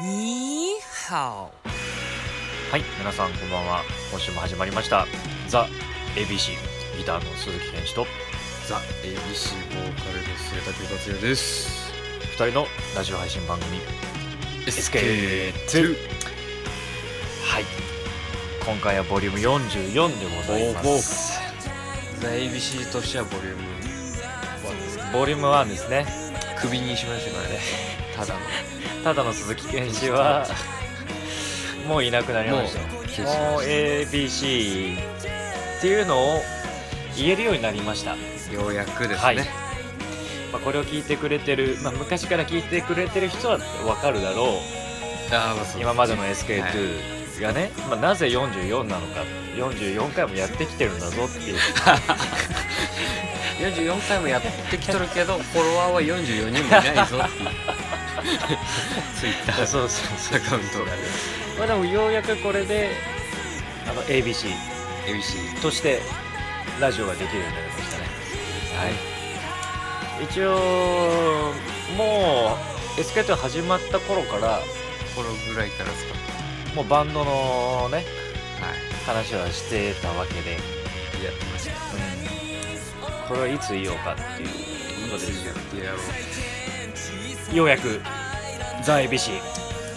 ニーハオはい皆さんこんばんは今週も始まりました「ザ・ ABC ギターの鈴木健一とザ・ ABC ボーカルの末竹克也です。 2人のラジオ配信番組 SK2 はい今回はボリューム44でございますザ・ ABC としてはボリューム1ですボリューム1ですねクビにしましたからね。ただの。ただの鈴木健 一はもういなくなりましたもう消えちゃいましたもう ABC っていうのを言えるようになりましたようやくですね。はいまあ、これを聞いてくれてる、まあ、昔から聞いてくれてる人はわかるだろうあーまあそう今までのはい SK2 がね、まあ、なぜ44なのか44回もやってきてるんだぞっていう44回もやってきとるけど、フォロワーは44人もいないぞっていうツイッタ そうーそうそアカウントがね。まあでもようやくこれであの ABC ABC。としてラジオができるようになりましたねはい。一応もう SK2 始まった頃からフォローぐらいからですか。もうバンドのねはい。話はしてたわけで、やってました。これはいつ言おうかっていうことでやってやろう。ようやく「ザ・ ABC」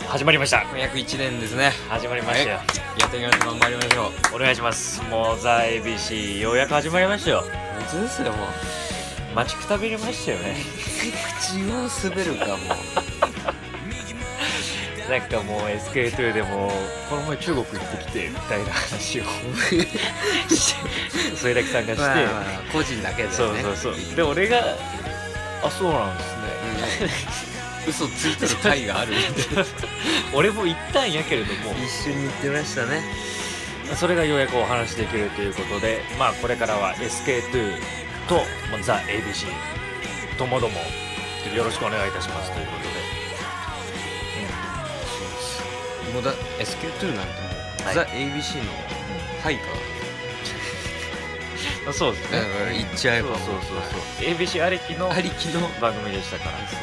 始まりました約1年ですね。始まりましたよ、はやっていきましょう。頑張りましょう。お願いしますもう「ザ・ ABC」ようやく始まりましたよ本当ですよ、もう。待ちくたびれましたよね口を滑るかもう。なんかもう SK2 でもこの前中国行ってきてみたいな話 をして 末崎さんがして、まあまあ個人だけだよね。そうそうそうで俺が「あそうなんですねうん嘘ついてる回があ る。」俺も行ったんやけれども一緒に行ってましたね。それがようやくお話しできるということで、まあ、これからは SK2 とまあザ・ ABC ともどもよろしくお願いいたしますということもうだ SQ2 なんてもう、はいザ ABC の配下。で、そうですだから行っちゃえそうばそうもう。そうそう ABC ありきのありきの。番組でしたから、そう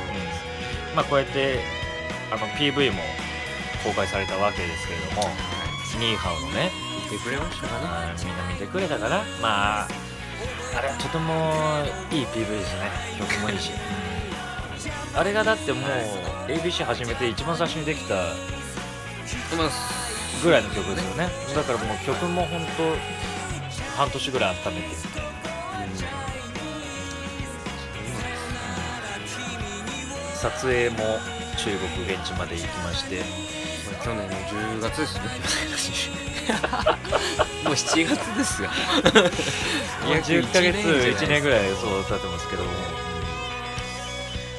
うんまあ、こうやってあの PV も公開されたわけですけれどもニーハオのね言ってくれましたかね。あーみんな見てくれたからまああれはとてもいい PV ですね曲もいいしあれがだってもう ABC 始めて一番最初にできたまあぐらいの曲ですよねだからもう曲も本当半年ぐらい温めてみたいな撮影も中国現地まで行きましてまあ去年の10月ですね もう7月ですよ約10ヶ月1年ぐいらいそう経ってますけども、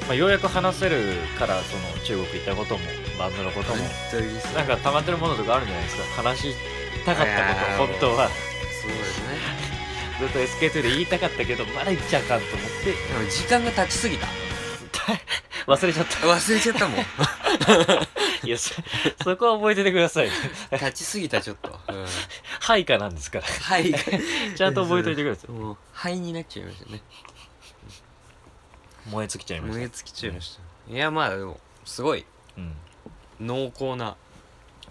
まあ、ようやく話せるからその中国行ったこともバンドのことも本当にそうなんか溜まってるものとかあるんじゃないですか話したかったこと本当はそうですねずっと SK2 で言いたかったけどまだ行っちゃあかんと思ってでも時間が経ちすぎた忘れちゃ った忘れちゃったもんいやそそこは覚えててください経ちすぎたちょっと、うん、配下なんですからはい ちゃんと覚えといてくださいもう灰になっちゃいましたね 燃え尽きちゃいまし燃たえ尽きちゃいましたいやまあでもすごいうん濃厚な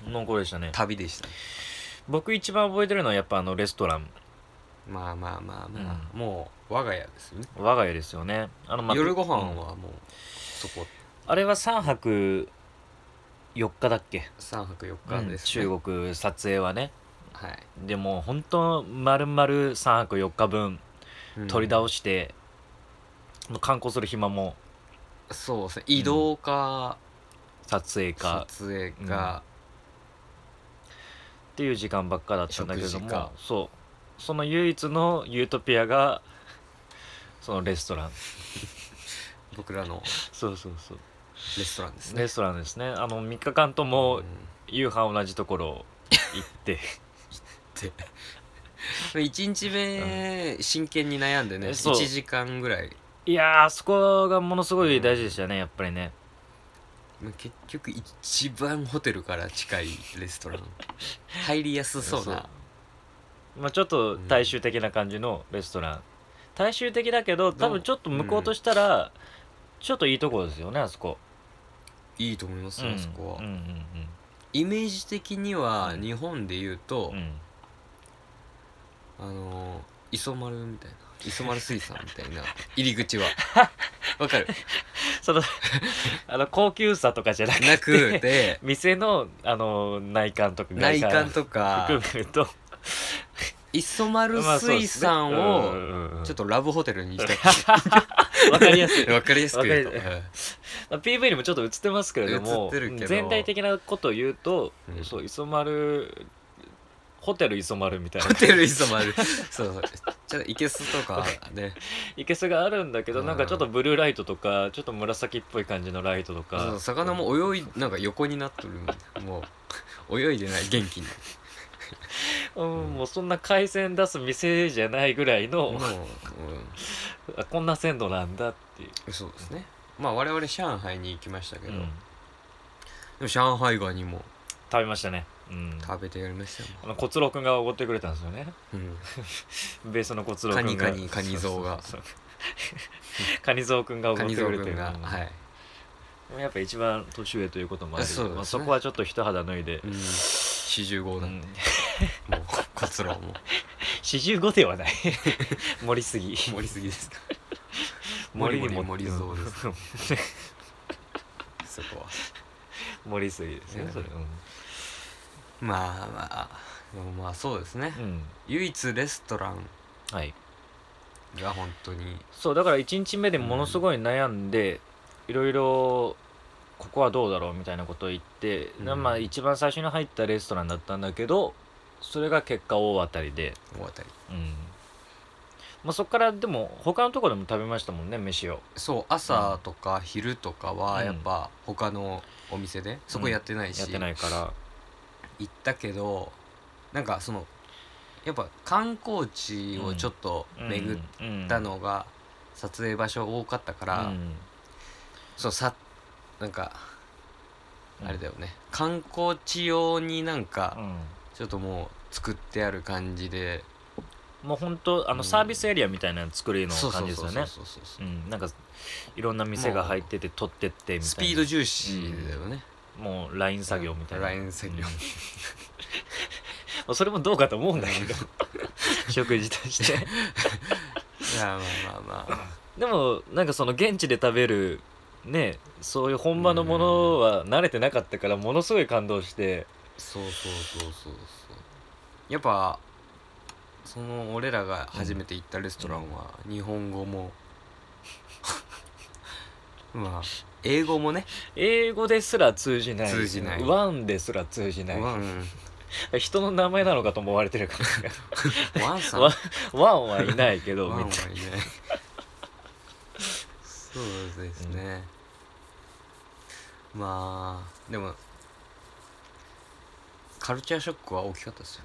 濃厚でしたね旅でした僕一番覚えてるのはやっぱあのレストランまあまあまあまあ、もう我が家ですよね、我が家ですよねあの、まあ夜ご飯うんはもうそこあれは3泊4日だっけ、 3泊4日です、ね中国撮影はねはい、でも本当丸々3泊4日分取りだ倒して、もう観光する暇もそうですね移動か、撮影か撮影か、っていう時間ばっかだったんだけれど食事かもそうその唯一のユートピアがそのレストラン僕らのそうそうそうレストランですねレストランですねあの3日間ともうん夕飯同じところ行って1日目、真剣に悩んでねえそう1時間ぐらいいやーあそこがものすごい大事でしたねやっぱりねまあ結局一番ホテルから近いレスト ラン入りやすそうそうなまあ、ちょっと大衆的な感じのレストラン、大衆的だけど多分ちょっと向こうとしたら、ちょっといいところですよねあそこいいと思いますよ、あそこは、うんうんイメージ的にはうん日本で言うとうんう、んあのー磯丸みたいな磯丸水産みた いな入り口はわかるその あの高級さとかじゃ なくてなく て店のあの内観とか内観とか含めると磯丸水産をちょっととラブホテルにしたいわかりやすい、 わかりやすく言うとわか まあ、PV にもちょっと映ってますけれども映ってるけど全体的なことを言うと、うんそう磯丸ホテル磯 丸みたいなホテル磯丸そうそうちょっといけすとかねいけすがあるんだけど、うんなんかちょっとブルーライトとかちょっと紫っぽい感じのライトとそかう魚も泳いなんか横になっとるもう 泳いでない元気に うんもうそんな海鮮出す店じゃないぐらいの、もう、うん、あこんな鮮度なんだっていう、そうですねまあ我々上海に行きましたけど、うんでも上海ガニも食べましたね、うん、食べてやりましたよ、あの小郎くんがおごってくれたんですよねうん、ベースの小郎くんがカニカニカニゾウがそうそうそうカニゾウくんがおごカってニゾくウれて君が、うんはい、やっぱ一番年上ということもあるそうですねまあ、そこはちょっと一肌脱いで、うん、45うなんんで、、もうカツラも45では ない盛りすぎ盛りすぎですか 森盛にりも盛りそうです うんそこは盛りすぎですうねんそれまあまあでもまあそうですね、うん、うん唯一レストランはいが本当にそうだから1日目でものすごい悩んで、いろいろここはどうだろうみたいなことを言って、なうんまあ一番最初に入ったレストランだったんだけどそれが結果大当たりで、大当たりうんまあ、そこからでも他のところでも食べましたもんね飯をそう朝とか昼とかはうんやっぱ他のお店で、そこやってないし、やってないから行ったけどなんかそのやっぱ観光地をちょっと巡っったたのが撮影場所多かったから、そうさなんかあれだよ、よね観光地用になんうかんちょっともう作ってある感じで、もう本当あうのんサービスエリアみたいなの作りのそうそ感うじですそうよそうそねうそうそううんなんかいろんな店が入ってて取ってってみたいなスピード重視だよね、もうライン作業みたいなライン作 業うんまあそれもどうかと思うん だけど食事としていやまあまあまあでもなんかその現地で食べるねそういう本場のものは慣れてなかったからものすごい感動してそうそうそうそうそうやっぱその俺らが初めて行ったレストランは日本語も まあ英語もね英語ですら通じない通じないワンですら通じなワいン人の名前なのかと思われ てるからワンさんワワンンワンはいないけどはいみないたいなそうですね、まあでもカルチャーショックは大きかったですよ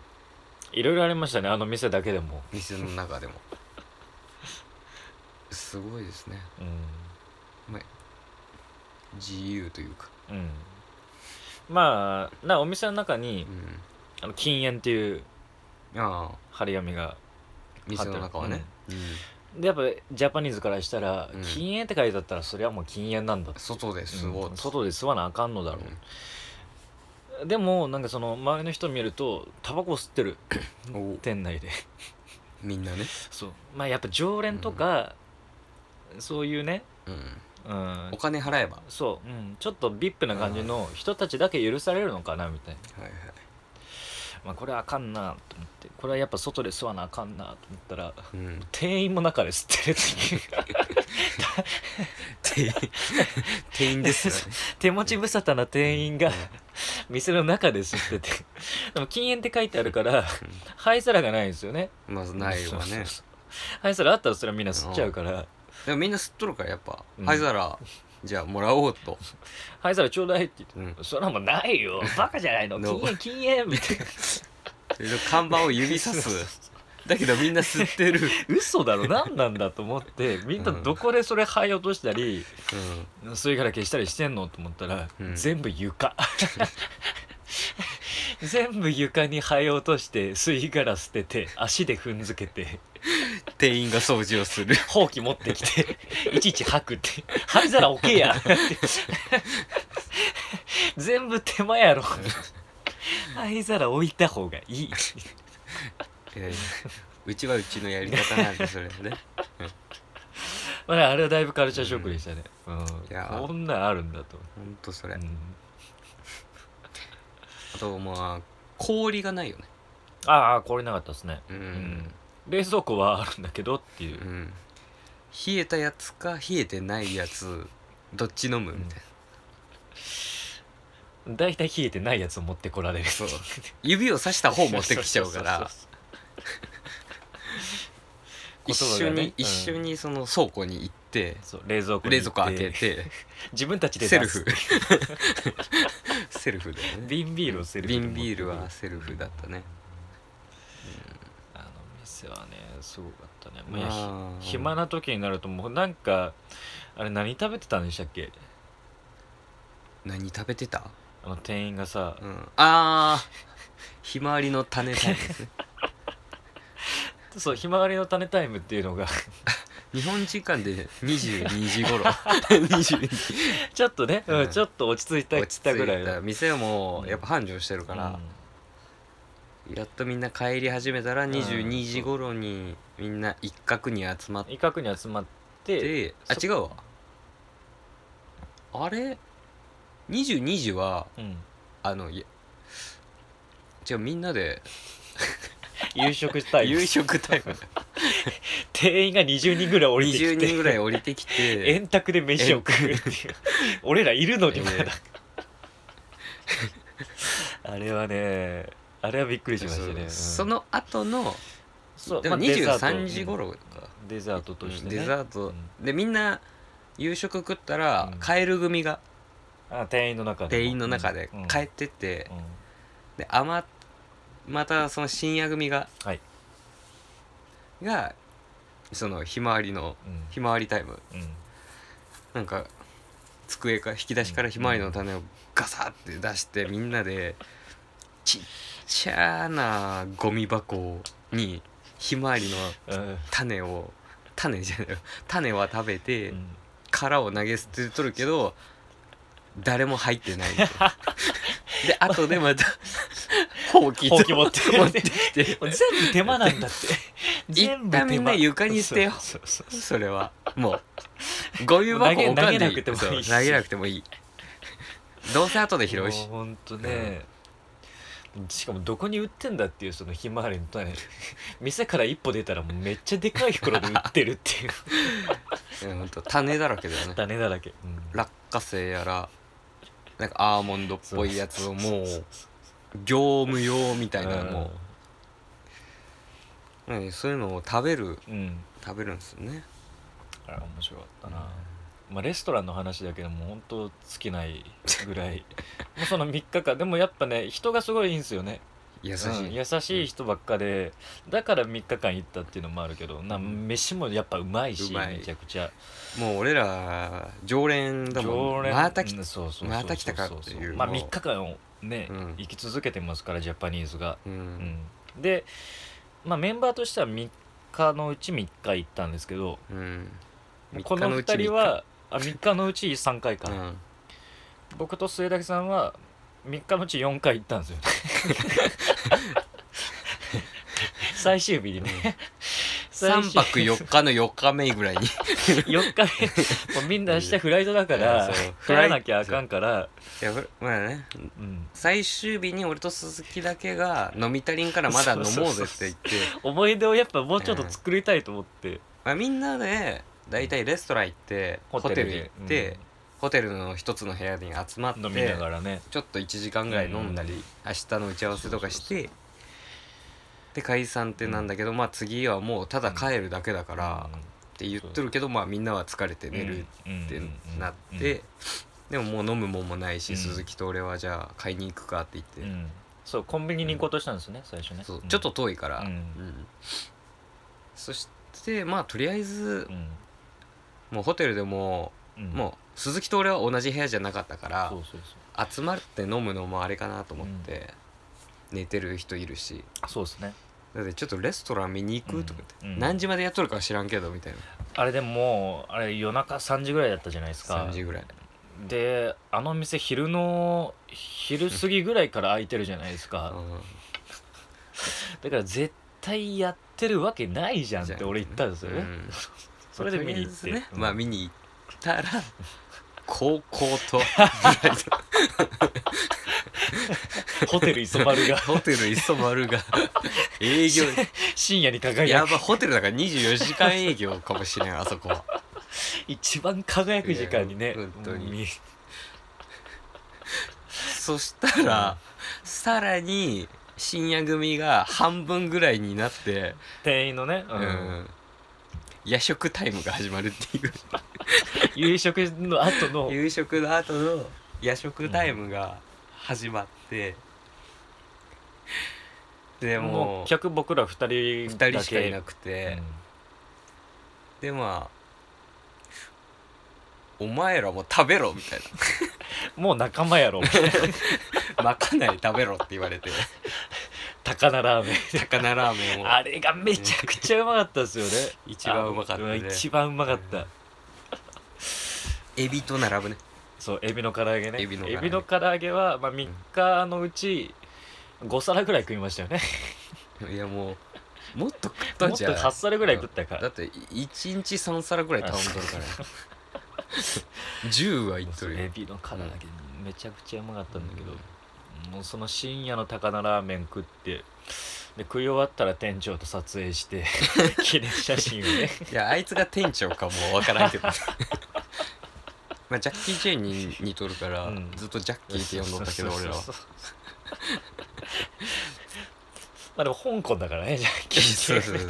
いろいろありましたねあの店だけでも、店の中 でもすごいですねう自由というか、んうん、まあなお店の中にうん、あの禁煙っていうああ張り紙が店の中はね、でやっぱジャパニーズからしたら、うん禁煙って書いてあったらそれはもう禁煙なんだって外で吸おううんと、外で吸わなあかんのだろう、でもなんかその周りの人見るとタバコ吸ってるお店内でみんなね、 そうまあやっぱ常連とか、そういうね、うん、うんお、金払えば、そう、うん、ちょっと VIP な感じの人たちだけ許されるのかなみたいなはいはい、まあ、これはあかんなと思ってこれはやっぱ外で吸わなあかんなと思ったらうん、店員も中で吸ってるっていう店員店員 ですよね手持ち無沙汰な店員がうん 店の中で吸って てでも禁煙って書いてあるから灰皿がないんですよねまあないそうわそうねそう灰皿あったらそれはみんな吸っちゃうからでもみんな吸っとるからやっぱうん灰皿じゃあもらおうと、灰皿ちょうだいって言って。うん、そんなもんないよバカじゃない の禁 No 煙禁煙みたいなそれで看板を指さ すだけどみんな吸ってる、嘘だろ何なんだと思ってみんなどこでそれ灰落としたり、うん、吸い殻消したりしてんのと思ったら、うん全 部床全部床に灰を落として吸い殻捨てて足で踏んづけて店員が掃除をするほう き持ってきていちいち吐くって灰皿置けやって 全部手間やろ灰皿置いた方がいいえーうちはうちのやり方なんでそれねまああれはだいぶカルチャーショックでしたね、うんいやこんなんあるんだと、ほんとそうれ、あん、とまあ氷がないよねああこれなかったですねうん、冷蔵庫はあるんだけどっていうう、ん、冷えたやつか冷えてないやつどっち飲むみたいな、大体冷えてないやつを持ってこられるそう指をさした方持ってきちゃうからそう一そうそう緒に、言葉がね一緒にその倉庫に行ってそうそう冷蔵庫に冷行蔵っ庫開けて自分たちでセ出ルすフ セルフだよね瓶ビールをセルフで持瓶ってくるビールはセルフだったねあの店はねすごかったね、まあまあ、ひ暇な時になるともうなんかあれ何食べてたんでしたっけ何食べてた、あの店員がさ、うん、あーひまわりの種タイムです ねそうひまわりの種タイムっていうのが 日本時間 で22時 頃22ちょっとね、うんうんちょっと落ち着いた 落ち着いぐらいただ店もやっぱ繁盛してるか、からら、やっとみんな帰り始めたらん22時頃にみんな一角に集まっ威嚇に集まっててあそ違うわあれ22時はうん、あのいや違うみんなで夕食タイム夕食タイム店員が20人ぐ らい降りてきて20人ぐらい降りてき て円卓で飯を食 うっていう俺らいるのにまだ、えあれはねあれはびっくりしましそたね、ううんその後のそうでもまあデザート23時頃かデザートとしてねデザートうんでみんな夕食食ったらうんカエル組があ店員の中でも店員の中でうん帰ってってうんで余またその深夜組がはいがそのひまわりのうんひまわりタイムうんなんか机か引き出しからひまわりの種をガサって出してみんなでちっちゃなゴミ箱にひまわりのうん種を種じゃない種は食べてうん殻を投げ捨てとるけど誰も入ってない で後でまたほうきとほうき持って持ってきて全部手間なんだって全部手間 一旦みんな床に捨てようそうそうそうそれはもうゴミ箱もう置かんでい投げ投げなくてもいいしそう投げなくてもいいどうせ後で拾うしもうほんとね、しかもどこに売ってんだっていうそのひまわりの 種店から一歩出たらもうめっちゃでかい袋で売ってる っていううんほんと種だらけだよね種だらけ、うん落花生やらなんかアーモンドっぽいやつをもう業務用みたいなもう、うん、そういうのを食べるうん、うん、食べるんですよねあ面白かったな、まあ、レストランの話だけどもう本当尽きないぐ らいもうその3日間でもやっぱね人がすごいいいんですよね優しうんい、優しい人ばっかで、だから3日間行ったっていうのもあるけどな飯もやっぱうまいしうまいめちゃくちゃもう俺ら常連だもんまた来うんたそうそうそうそうまた来たかっていうまあもう3日間をね、うん行き続けてますからジャパニーズが、ううんんで、まあ、メンバーとしては3日のうち3日行ったんですけどうん、この2人はあ3日のうち3回か、三日のうち僕と末崎さんは3日のうち4回行ったんです よ最終日にね、三、うん、3泊4日の4日目ぐらいに4日目もうみんな明日フライトだからうん そう帰らなきゃあかんから、いやほらまあねうん、最終日に俺と鈴木だけが飲み足りんからまだ飲もうぜって言って思い出をやっぱもうちょっと作りたいと思って、まあ、みんなで大体レストラン行ってホテル行って、ホテルの一つの部屋に集まっうん飲みなてがらねちょっと1時間ぐらい飲んだり、うん明日の打ち合わせとかしてそうで解散ってなんだけど、まあ次はもうただ帰るだけだから、って言っとるけどまあみんなは疲れて寝るってなって、でももう飲むもんもないし、うん鈴木と俺はじゃあ買いに行くかって言ってうん、うんそうコンビニに行こうとしたんですね、最初ねそううんちょっと遠いから、うんうんそしてまあとりあえずうんもうホテルでも、うんもう鈴木と俺は同じ部屋じゃなかったかそうらそうそう集まって飲むのもあれかなと思って、寝てる人いるしそうですねだってちょっとレストラン見に行くとか言って、うんうん何時までやっとるか知らんけどみたいなあれでももうあれ夜中3時ぐらいだったじゃないですか3時ぐらいであの店昼の昼過ぎぐらいから開いてるじゃないですうかんだから絶対やってるわけないじゃんって俺言ったんですよね、うんそれで見に行っとて、りあえずねうんまあ見に行った ら高校とホテル磯丸 がホテル磯丸 が営業深夜にや輝くばホテルだから24時間営業かもしれんあそこは一番輝く時間にいねや本当に見そしたらさらに深夜組が半分ぐらいになって、店員のね、ううんん、夜食タイムが始まるっていう夕食の後の夕食の後の夜食タイムが始まって、でももうう客僕ら2 2人だけ人しかいなくうてん、でまあ「お前らも食べろ」みたいもう仲間 やろな「 まかない食べろ」って言われて高菜ラーメン高菜ラーメンをあれがめちゃくちゃうまかったですよね一番うまかったねあん一番うまかった、エビと並ぶねそうエビの唐揚げねエビの唐揚げ唐揚げは、まあ、3日のうち5皿ぐらい食いましたよねいやもうもっと食っもたっんとじゃん8皿ぐらい食ったかだらって1日3皿ぐらい頼んどる からね10はいっとるよエビの唐揚げめちゃくちゃうまかったんだけど、もうその深夜の高菜ラーメン食ってで食い終わったら店長と撮影して 記念写真をねいやあいつが店長かもうわからん けどまあジャッキー・チェンに似とるから、うんずっとジャッキーって呼んどったけど俺らはそうそうそうそうまあでも香港だからねジャッキそうーそうそう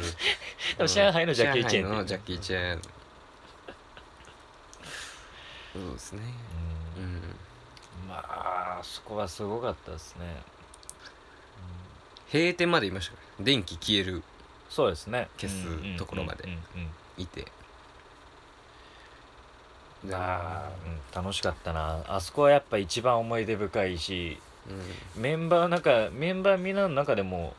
でも上海のジャッキーチェン上海のジャッキー・ェンチェンそうですねうんまあそこはすごかったですね閉店までいましたから電気消えるそうですね消すところまでうんうんうんいてうんあーうん楽しかったなあそこはやっぱ一番思い出深いしうメンバーの中メンバーみんなの中でも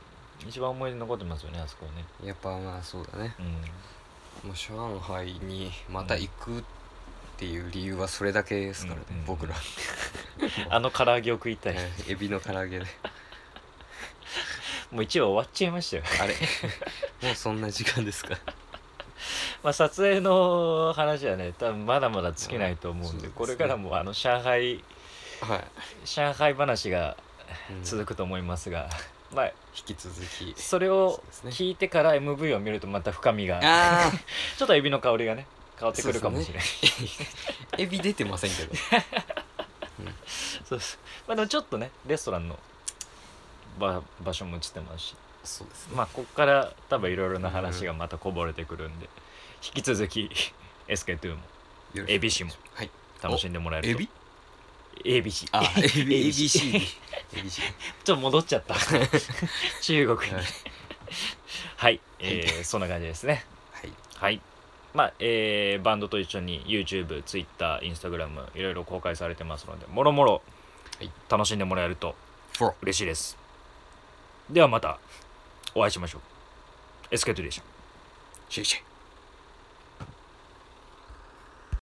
一番思い出に残ってますよねあそこはねんやっぱまあそうだねうんもう上海にまた行くっていう理由はそれだけですからね、うんうん僕ら あの唐揚げを食いたいえーエビの唐揚げ でもう一話終わっちゃいましたよあれもうそんな時間ですかまあ、撮影の話はね多分まだまだ尽きないと思うんで,、うんこれからもあの上海はい、上海話がうん続くと思いますが、まあ引き続きそれをそうです聞いてから MV を見るとまた深みが、あちょっとエビの香りがね変わってくるかもしれないあエビ出てませんけど そうですまあでもちょっとねレストランの場場所も映ってますしそうですねまあここから多分いろいろな話がまたこぼれてくるんで、引き続き SK2 もよろしくエビシもはい楽しんでもらえるエとビエビシあ エビ ABC ABC エビ C ちょっと戻っちゃった 中国にははいい、えーそんな感じですねはいはいまあえーバンドと一緒に YouTube、Twitter、Instagram いろいろ公開されてますのでもろもろはい楽しんでもらえると For 嬉しいですではまたお会いしましょう SK2 でしたシェイシェイ